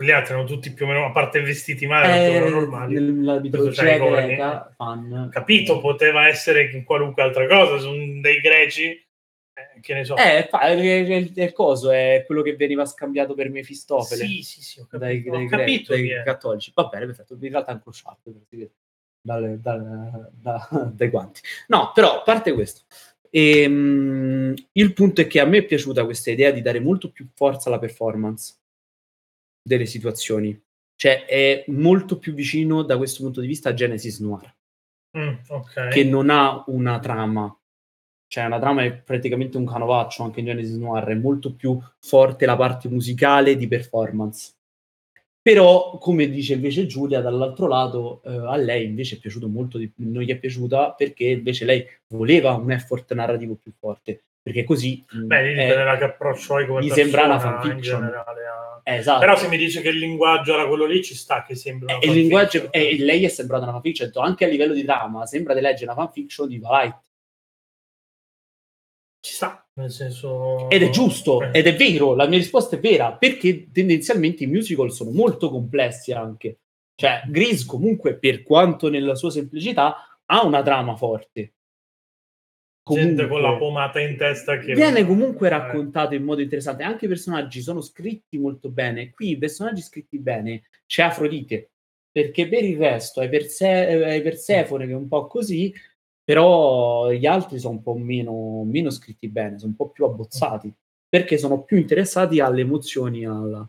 Gli altri erano tutti più o meno, a parte vestiti male, erano
Eh,
tutti normali.
nella
c'hai
mitologia
i corni.
greca Eh, fan.
Capito, poteva essere che qualunque altra cosa, sono dei greci, eh, che ne so.
Eh, fa- è- è- è- è il coso è quello che veniva scambiato per Mefistofele.
sì, sì, sì, ho capito,
dai, dai,
ho
gre-
capito
dai
chi è.
cattolici. Va bene, perfetto. In realtà è un crociato perché- dalle- dal- da- dai guanti. No, però a parte questo. ehm, il punto è che a me è piaciuta questa idea di dare molto più forza alla performance delle situazioni. Cioè, è molto più vicino da questo punto di vista a Genesis Noir
Mm, ok.
che non ha una trama. Cioè, una trama è praticamente un canovaccio anche in Genesis Noir, è molto più forte la parte musicale di performance. Però, come dice invece Giulia, dall'altro lato, eh, a lei invece è piaciuto molto, di- non gli è piaciuta perché invece lei voleva un effort narrativo più forte, perché così... mh,
Beh, lì
è-
dipende da che approccio hai come
Eh, mi sembra una
persona, in
fanfiction.
generale, a-
è esatto.
Però se mi dice che il linguaggio era quello lì, ci sta che sembra una
E Eh, il
fanfiction.
linguaggio, e lei è sembrata una fanfiction, cioè, anche a livello di trama, sembra di leggere una fanfiction di Valite.
Ci sta, nel senso...
Ed è giusto,
Eh.
ed è vero, la mia risposta è vera, perché tendenzialmente i musical sono molto complessi anche. Cioè, Grease comunque, per quanto nella sua semplicità, ha una trama forte.
gente
Comunque,
con la pomata in testa che...
viene comunque
Eh,
raccontato in modo interessante. Anche i personaggi sono scritti molto bene. Qui i personaggi scritti bene c'è Afrodite, perché per il resto è, Perse- eh, è Persefone che è un po' così, però gli altri sono un po' meno, meno scritti bene, sono un po' più abbozzati, perché sono più interessati alle emozioni alla,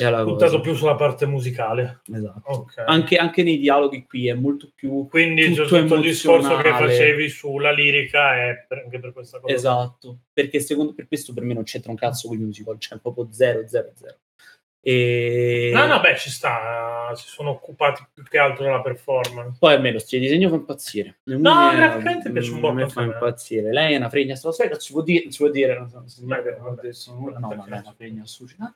e alla
Puntato
cosa.
più sulla parte musicale.
Esatto.
Ok.
Anche, anche nei dialoghi qui è molto più...
Quindi
tutto
tutto, tutto il discorso che
emozionale.
facevi sulla lirica è per- anche per questa cosa.
Esatto, perché secondo per questo per me non c'entra un cazzo con il musical, cioè proprio 0 0 0. E
No, no, beh, ci sta. eh, Si sono occupati più che altro della performance.
poi a me lo stile di disegno fa impazzire.
No,
Eh,
graficamente piace un
mm,
botto
A me
anche
fa
a me.
impazzire. Lei è una fregna sulla non si può dire, non si può dire, non so, non si può
Beh,
dire, non ho
vabbè,
detto nulla. No,
perché-
ma lei è una fregna suicida.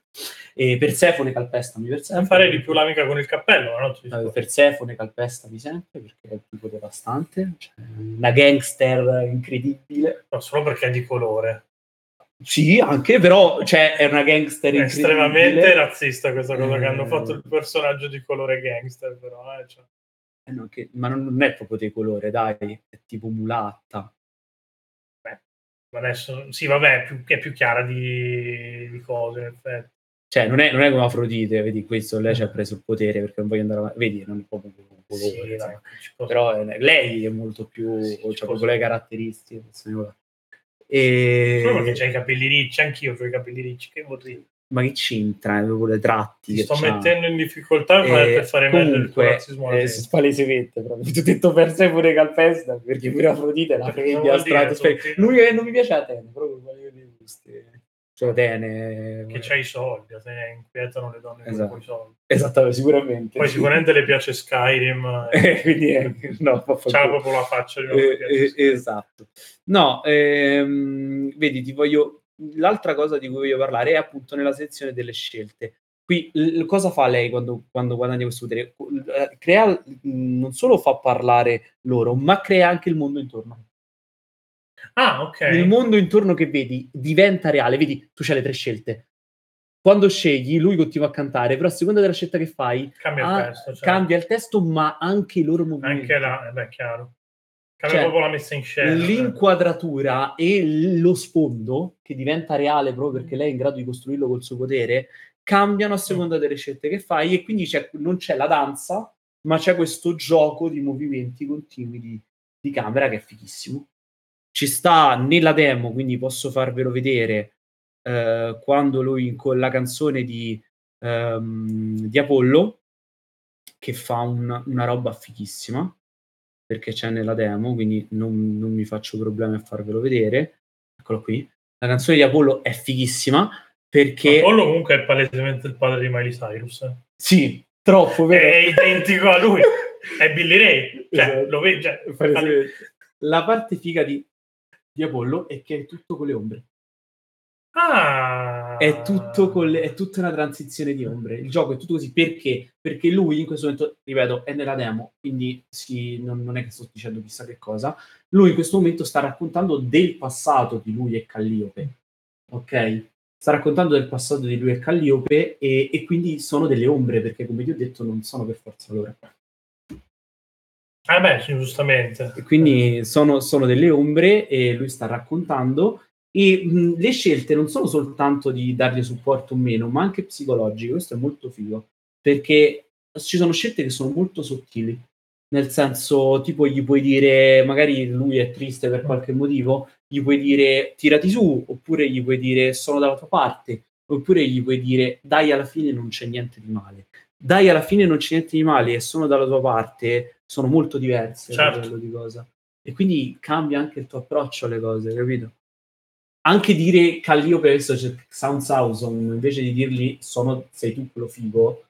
E Persefone calpestami Persefone.
Non farei di più l'amica con il cappello, ma no? Ti dico.
Eh, Persefone calpestami sempre perché è tipo devastante, cioè, una gangster incredibile.
No, solo perché è di colore.
Sì, anche però cioè, è una gangster
È
incredibile.
estremamente razzista questa cosa che
Eh.
hanno fatto il personaggio di colore gangster, però. eh, cioè.
Eh no, che- ma non, non è proprio di colore, dai, è tipo mulatta.
Ma Adesso, sì, vabbè, è più, è più chiara di, di cose, in effetti.
Cioè, non è, non è come Afrodite, vedi, questo lei ci ha preso il potere perché non voglio andare avanti. Vedi, non è proprio un colore.
Sì, dai,
insomma.
ci può-
Però è- lei è molto più,
Sì, ci
cioè,
posso-
proprio le caratteristiche. signora. E...
Solo perché c'hai i capelli ricci, anch'io ho i capelli ricci, che vorrei.
Ma che c'entra? È proprio le tratti.
Ti
che
sto
c'ha.
mettendo in difficoltà
Eh,
per fare meglio il tuo
comunque,
razzismo. alla
eh,
gente.
si palesemente proprio. Ti ho detto per sé pure calpesta perché pure Afrodite è la
Perché non
fregna
vuol dire,
stratosferica.
tutti-
L'unica che non mi piace è Atene, proprio quello dei gusti. Cioè, Atene,
che c'hai i soldi, a te inquietano le donne
Esatto.
con i soldi.
Esattamente, sicuramente.
Poi sicuramente le piace Skyrim, eh,
Eh, Quindi eh, no, fa- fa-
c'ha proprio la faccia di una
Eh,
che piace
eh,
Skyrim.
esatto. No, ehm, vedi, ti voglio l'altra cosa di cui voglio parlare è appunto nella sezione delle scelte. Qui l- cosa fa lei quando, quando guadagna questo potere? Eh, Crea, mh, non solo fa parlare loro, ma crea anche il mondo intorno.
Ah, ok.
Il mondo intorno che vedi diventa reale. Vedi, tu c'hai le tre scelte. Quando scegli, lui continua a cantare, però a seconda della scelta che fai,
Cambia
Ah,
il testo. cioè,
cambia il testo, ma anche i loro movimenti.
Anche là, eh, beh, chiaro. Cambia
Cioè,
proprio la messa in scena.
l'inquadratura e l- lo sfondo, che diventa reale proprio perché lei è in grado di costruirlo col suo potere, cambiano a seconda delle scelte che fai e quindi c'è- non c'è la danza, ma c'è questo gioco di movimenti continui di, di camera che è fighissimo. Ci sta nella demo, quindi posso farvelo vedere eh, quando lui con la canzone di, ehm, di Apollo che fa un- una roba fighissima perché c'è nella demo, quindi non, non mi faccio problemi a farvelo vedere. Eccolo qui. La canzone di Apollo è fighissima
Che...
perché
Apollo comunque è palesemente il padre di Miley Cyrus. eh.
sì, troppo
È
vero.
identico a lui. È Billy Ray. Cioè,
Esatto.
lo vedi, cioè,
Palesemente. La parte figa di, di Apollo è che è tutto con le ombre.
Ah.
È, tutto con le- è tutta una transizione di ombre. Il gioco è tutto così perché? Perché lui in questo momento, ripeto, è nella demo, quindi si- non, non è che sto dicendo chissà che cosa. Lui in questo momento sta raccontando del passato di lui e Calliope. Ok? sta raccontando del passato di lui e Calliope e, e quindi sono delle ombre perché come vi ho detto non sono per forza loro
Eh beh, sì, giustamente.
e quindi sono, sono delle ombre e lui sta raccontando e mh, le scelte non sono soltanto di dargli supporto o meno ma anche psicologiche questo è molto figo perché ci sono scelte che sono molto sottili nel senso tipo gli puoi dire magari lui è triste per qualche motivo gli puoi dire tirati su oppure gli puoi dire sono dalla tua parte oppure gli puoi dire dai alla fine non c'è niente di male dai alla fine non c'è niente di male e sono dalla tua parte sono molto diverse a
Certo.
livello di cosa e quindi cambia anche il tuo approccio alle cose capito anche dire Calliope adesso c'è Sound Thousand invece di dirgli sono, sei tu quello figo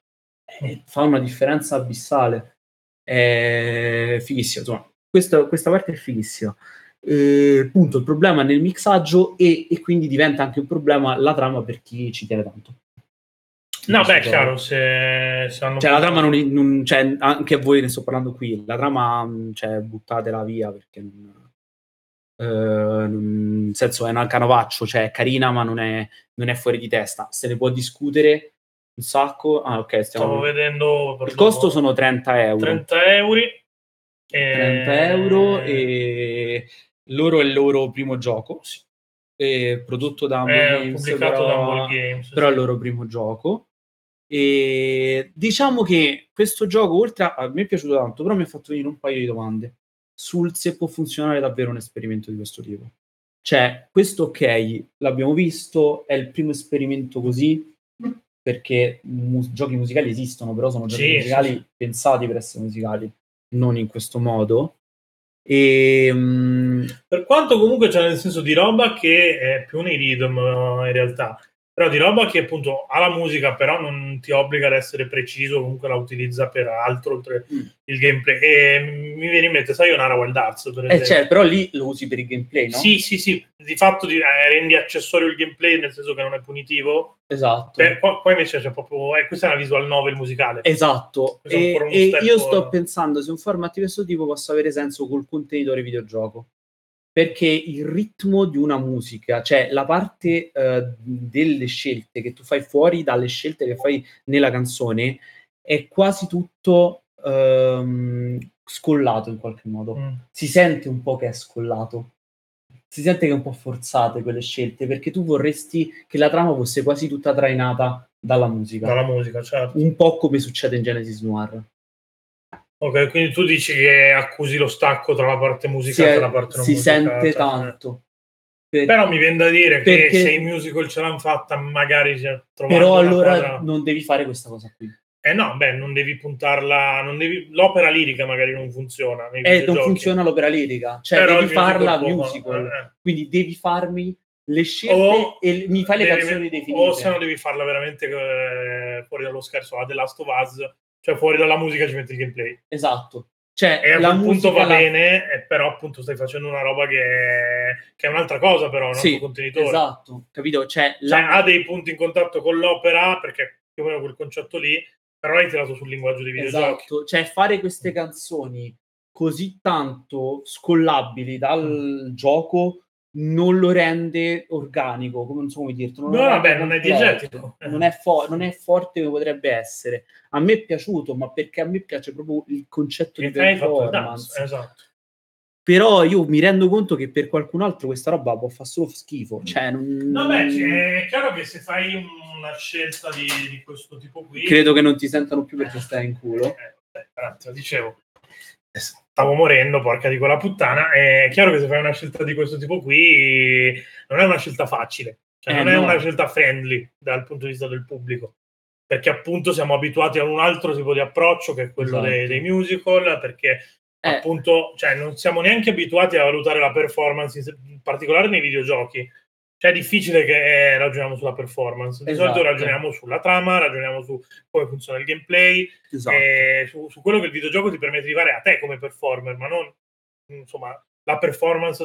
eh, fa una differenza abissale è fighissimo insomma questo- questa parte è fighissima Eh, punto il problema è nel mixaggio e, e quindi diventa anche un problema la trama per chi ci tiene tanto
No, beh, è
Questo-
chiaro, se, se hanno...
cioè la trama non, non- cioè, anche a voi ne sto parlando qui la trama mh, cioè, buttatela via perché non, eh, non- nel senso è un canovaccio cioè è carina ma non è, non è fuori di testa se ne può discutere un sacco ah ok
Stavo
stiamo...
vedendo...
il costo sono 30 euro
30 euro. e-
30 euro e loro è il loro primo gioco sì. E prodotto da Humble
È
Games,
pubblicato
però-
da Humble Games.
però è
sì.
il loro primo gioco. E diciamo che questo gioco, oltre a, a me è piaciuto tanto, però mi ha fatto venire un paio di domande sul se può funzionare davvero un esperimento di questo tipo. Cioè, questo ok, l'abbiamo visto, è il primo esperimento così, perché mu- giochi musicali esistono, però sono giochi
Sì,
musicali
sì, sì.
pensati per essere musicali, non in questo modo. E, mm,
Per quanto comunque c'è nel senso di roba che è più nei rhythm eh, in realtà, però di roba che appunto ha la musica, però non ti obbliga ad essere preciso, comunque la utilizza per altro oltre
Mm.
il gameplay. E mi viene in mente, sai, Onara Wild Arts, per
eh,
esempio.
cioè, però lì lo usi per il gameplay, no?
Sì, sì, sì, di fatto di- eh, rendi accessorio il gameplay nel senso che non è punitivo.
esatto.
Per- poi, poi invece c'è proprio, eh, questa è una visual novel musicale.
Esatto,
Questo è
e,
Cioè, ancora uno
e
step-
io sto pensando se un format di questo tipo possa avere senso col contenitore videogioco, perché il ritmo di una musica, cioè la parte eh, delle scelte che tu fai fuori dalle scelte che fai nella canzone, è quasi tutto ehm, scollato in qualche modo
Mm.
si sente un po' che è scollato, si sente che è un po' forzate quelle scelte, perché tu vorresti che la trama fosse quasi tutta trainata dalla musica,
Dalla musica, certo.
un po' come succede in Genesis Noir.
Ok, quindi tu dici che accusi lo stacco tra la parte
Si,
musicale e
è-
la parte non
si
musicata.
sente
Eh.
tanto. Per-
Però mi viene da dire che
Perché-
se i musical ce l'hanno fatta, magari c'è trovato
però
una
allora
quadra-
non devi fare questa cosa qui.
Eh no, beh, non devi puntarla... non devi- L'opera lirica magari non funziona. nei
Eh, non
videogiochi.
funziona l'opera lirica, cioè
Però il
devi farla
può-
musical,
eh.
quindi devi farmi le scelte
O
e mi fai le
devi-
canzoni
O se no
definite.
devi farla veramente eh, fuori dallo scherzo, la The Last of Us, cioè fuori dalla musica ci metti il gameplay.
Esatto. Cioè,
E a
la
quel punto
musica
va
la-
bene, eh, però appunto stai facendo una roba che è, che è un'altra cosa però, un altro
Sì,
contenitore.
Esatto, capito? Cioè,
Cioè,
la-
ha dei punti in contatto con l'opera, perché più o meno quel concetto lì, però l'hai tirato sul linguaggio dei videogiochi. Mm.
Esatto, cioè fare queste canzoni così tanto scollabili dal
Mm.
gioco non lo rende organico, come non so come dirti.
No, vabbè, non è diegetico. Eh.
Non è, fo- non è forte come potrebbe essere. A me è piaciuto, ma perché a me piace proprio il concetto di
Perché hai fatto il dance,
performance.
esatto.
Però io mi rendo conto che per qualcun altro questa roba può far solo schifo. Cioè, non...
Mm. No, beh, c'è- è chiaro che se fai una scelta di, di questo tipo qui...
credo che non ti sentano più perché stai in culo.
Eh, eh, eh, te lo dicevo, stavo morendo, porca di quella puttana. È chiaro che se fai una scelta di questo tipo qui, non è una scelta facile, cioè,
Eh,
non è
no.
una scelta friendly dal punto di vista del pubblico. Perché appunto siamo abituati a un altro tipo di approccio che è quello
Esatto.
dei, dei musical, perché
Eh.
appunto cioè, non siamo neanche abituati a valutare la performance, in se- in particolare nei videogiochi. Cioè è difficile che eh, ragioniamo sulla performance, di
Esatto.
solito ragioniamo sulla trama, ragioniamo su come funziona il gameplay,
Esatto.
eh, su, su quello che il videogioco ti permette di fare a te come performer, ma non insomma la performance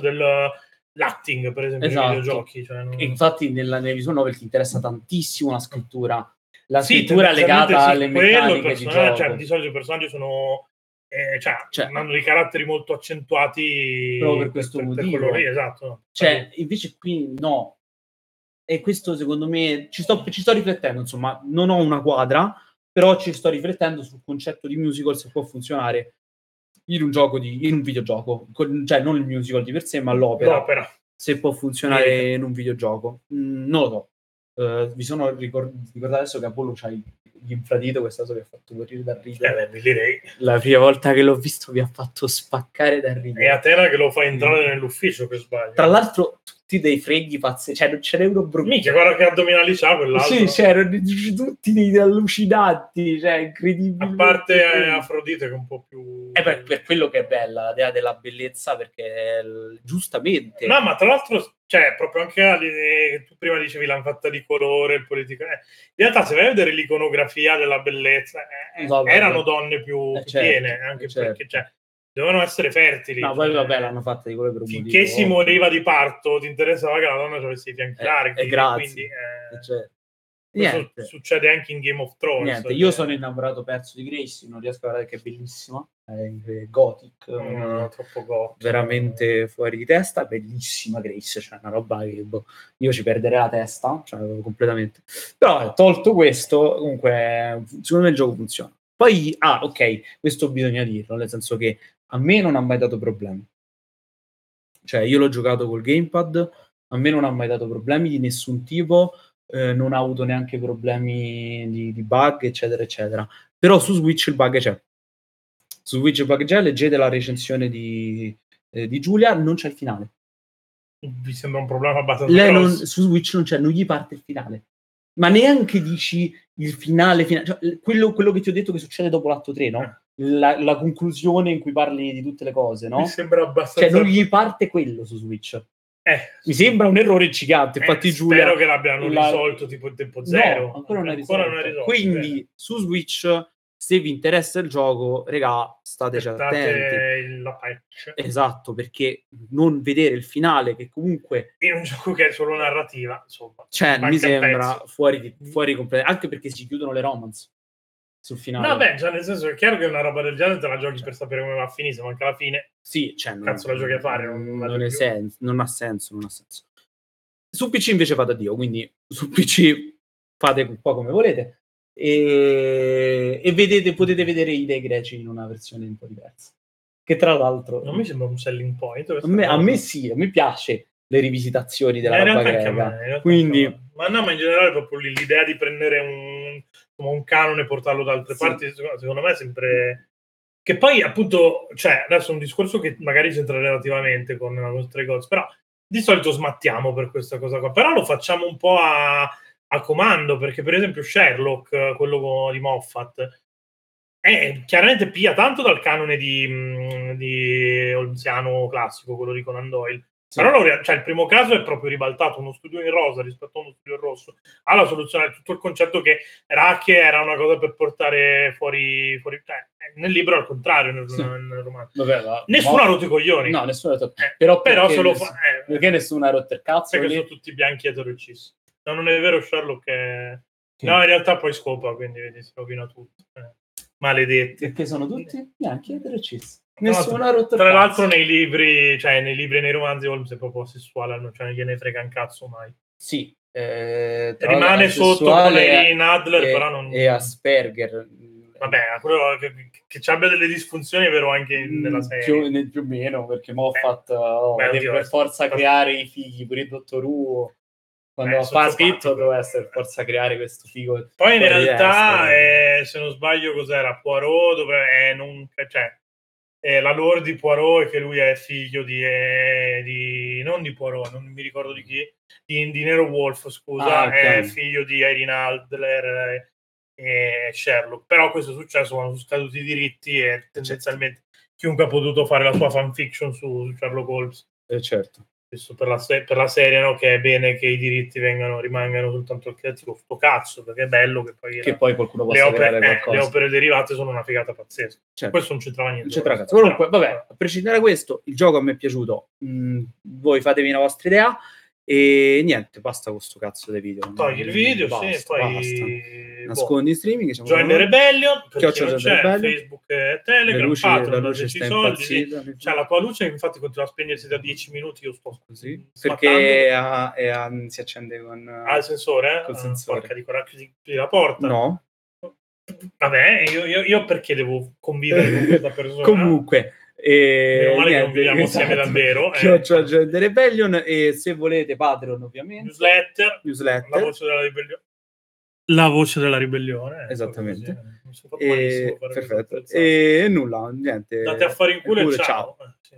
dell'acting, per esempio,
Esatto.
nei videogiochi. Cioè, non-
E infatti nella, nella visual novel ti interessa tantissimo la scrittura la
Sì,
scrittura
tendenzialmente
legata
sì,
alle
quello, il
meccaniche di
personaggio-
gioco
cioè, di solito i personaggi sono eh, cioè,
Cioè-
hanno dei caratteri molto accentuati
Proprio per questo
per,
motivo.
quello lì, esatto.
Cioè, invece qui Cioè, no e questo secondo me ci sto, ci sto riflettendo, insomma, non ho una quadra, però ci sto riflettendo sul concetto di musical se può funzionare in un gioco di, in un videogioco, con- cioè non il musical di per sé, ma l'opera,
l'opera.
se può funzionare
Sì.
in un videogioco. Mm, non lo so. Eh, vi sono ricor- ricordate adesso che Apollo c'ha il- l'infradito, questa cosa che ha fatto morire dal
Eh,
ridere.
beh, Billy Ray.
La prima volta che l'ho visto mi ha fatto spaccare dal
È
ridere.
Atena che lo fa entrare nell'ufficio, che sbaglio.
Mm. Tra l'altro, tutti dei freghi pazzi, cioè non ce n'è uno brutto.
Minchia, guarda che addominali c'ha quell'altro.
Sì, cioè, c'erano tutti dei allucinanti, cioè incredibili.
A parte eh, Afrodite che è un po' più...
È Eh, per, per quello che è bella la dea della bellezza, perché l- giustamente
No, ma tra l'altro, cioè, proprio anche alle- tu prima dicevi l'hanno fatta di colore, il politico. eh, in realtà, se vai a vedere l'iconografia della bellezza, eh, eh,
No, vabbè.
erano donne più,
Eh,
più
certo,
piene, anche
certo.
perché cioè, dovevano essere fertili.
No, poi vabbè,
Eh,
l'hanno fatta di quello per un
Finché
motivo,
si
ovvio.
moriva di parto, ti interessava che la donna ci avesse i fianchi
Eh,
larghi.
eh, grazie.
Quindi, eh,
Eh, cioè,
questo
niente,
succede anche in Game of Thrones.
niente, io
eh.
sono innamorato perso di Gracie, non riesco a guardare che è bellissima, è eh, gothic,
No, no, no, troppo go.
veramente fuori di testa, bellissima Grace, cioè una roba che boh, io ci perderei la testa, cioè, completamente. Però eh, tolto questo, comunque secondo me il gioco funziona. Poi ah, ok, questo bisogna dirlo, nel senso che a me non ha mai dato problemi. Cioè, io l'ho giocato col gamepad, a me non ha mai dato problemi di nessun tipo, eh, non ha avuto neanche problemi di, di bug, eccetera, eccetera. Però su Switch il bug c'è. Su Switch il bug c'è, leggete la recensione di, eh, di Giulia, non c'è il finale.
Mi sembra un problema abbastanza
Lei non-
grosso.
su Switch non c'è, non gli parte il finale. Ma neanche dici il finale, fina- cioè, l- quello, quello che ti ho detto che succede dopo l'atto 3, no? La, la conclusione in cui parli di tutte le cose, no?
Mi sembra abbastanza.
Cioè, non gli parte quello su Switch.
Eh,
Mi sembra un errore gigante. Infatti,
Eh,
Giulia.
Spero che l'abbiano
la-
risolto tipo in tempo zero.
No, ancora non è
non
risolto. Quindi, su Switch, se vi interessa il gioco, regà,
eh,
stateci attenti.
aspettate il- la patch.
Esatto, perché non vedere il finale, che comunque
È un gioco che è solo narrativa, insomma.
cioè,
Manca
mi
il
sembra
pezzo.
fuori, di- fuori completamente, anche perché si chiudono le romance sul finale.
No, beh, già nel senso che è chiaro che una roba del genere te la giochi per sapere come va a finire, se manca la fine.
Sì, cioè, non,
Cazzo, la giochi a fare, non- non la
non,
giochi
è
più.
sen- non ha senso, non ha senso. Su PC invece fate addio, quindi su PC fate un po' come volete e, e vedete, potete vedere i dei greci in una versione un po' diversa. Che tra l'altro
Non mi sembra un selling point.
a, me, a me sì, a me piace le rivisitazioni
Eh,
della roba greca. Quindi-
Quindi... Ma no, ma in generale proprio lì l'idea di prendere un, insomma, un canone e portarlo da altre
Sì.
parti, secondo, secondo me è sempre... Che poi appunto, cioè, adesso è un discorso che magari c'entra relativamente con la nostra goals, però di solito smattiamo per questa cosa qua, però lo facciamo un po' a, a comando, perché per esempio Sherlock, quello di Moffat, è chiaramente pia tanto dal canone di, mm, di Holmesiano classico, quello di Conan Doyle,
Sì.
però lo rea- cioè, il primo caso è proprio ribaltato, uno studio in rosa rispetto a uno studio in rosso ha la soluzione, tutto il concetto che Racche era una cosa per portare fuori, fuori cioè, nel libro è al contrario, nel,
Sì.
nel romanzo.
Vabbè, va-
Nessuno
mo-
ha rotto i coglioni,
No, nessuno ha detto.
Eh,
Però,
però
perché
se lo
ness-
fa... eh,
Perché nessuno ha rotto il cazzo?
perché
lì?
sono tutti bianchi e eterocisi. No, non è vero Sherlock è... No, in realtà poi scopa, quindi vedi, si rovina tutto. Eh, Maledetti.
Perché sono tutti bianchi e eterocessi.
Tra l'altro-
Nessuno ha rotto il
Tra
cazzo.
l'altro nei libri, cioè nei libri e nei romanzi Holmes è proprio sessuale, non cioè, non gliene frega un cazzo mai.
Sì, eh, tra
Rimane
l'altro
sotto
sessuale
come in Adler,
e,
però non...
e Asperger.
Vabbè, quello che, che ci abbia delle disfunzioni è vero anche
Mm,
nella serie.
Più, ne- più o meno, perché Moffat oh,
beh,
deve
oddio,
per
eh,
forza
forse-
creare i figli, pure il dottor Uo. Quando
Eh,
fa
sociopatico.
scritto doveva essere per forza creare questo figo.
Poi in
Poi
realtà,
resta-
eh, se non sbaglio, cos'era? Poirot, dove, eh, non, cioè, eh, la lore di Poirot è che lui è figlio di, eh, di- non di Poirot, non mi ricordo di chi, di, di Nero Wolf, scusa,
Ah, ok.
è figlio di Irene Adler eh, e Sherlock. Però questo è successo quando sono scaduti i diritti e tendenzialmente chiunque ha potuto fare la sua fanfiction su, su Sherlock Holmes.
Eh, certo.
Questo per la, se- per la serie, no? che è bene che i diritti vengano, rimangano soltanto al creativo. Sto cazzo, perché è bello che poi...
Che poi qualcuno
le
possa creare
opere, eh,
qualcosa.
le opere derivate sono una figata pazzesca.
Certo.
Questo non c'entrava niente.
Non c'entra cazzo.
Però-
Comunque, vabbè, a prescindere da questo, il gioco a me è piaciuto. Mm, voi fatevi la vostra idea. E niente, basta con sto cazzo dei video.
Togli il video,
Basta,
sì, poi
basta.
boh.
Nascondi in streaming. diciamo,
Join the
no?
Rebellion, per chi
Chioccia
non
Join the
c'è,
Rebellion.
Facebook e
La
Telegram,
luce, la
Patreon,
luce sta
dateci soldi,
impazzita.
c'è la tua luce, infatti continua a spegnersi da 10 minuti, io sto
Così,
smattando.
perché ha- è a- si accende con...
ha il sensore, eh?
Col
Ah,
sensore.
porca di coraggio, chiudi la porta.
No,
Vabbè, io, io- io perché devo convivere con questa persona?
comunque... eh,
Meno male che non
niente,
viviamo insieme
esatto.
davvero. eh.
Chioccia Join the Rebellion e se volete Patreon ovviamente,
Newsletter, la
newsletter.
voce della ribellione. La voce della ribellione. eh,
Esattamente.
così, eh. Mi sono fatto malissimo
E,
a fare
perfetto.
questa alzata.
E nulla, niente.
Andate a fare in culo,
in culo,
e ciao. Eh, sì.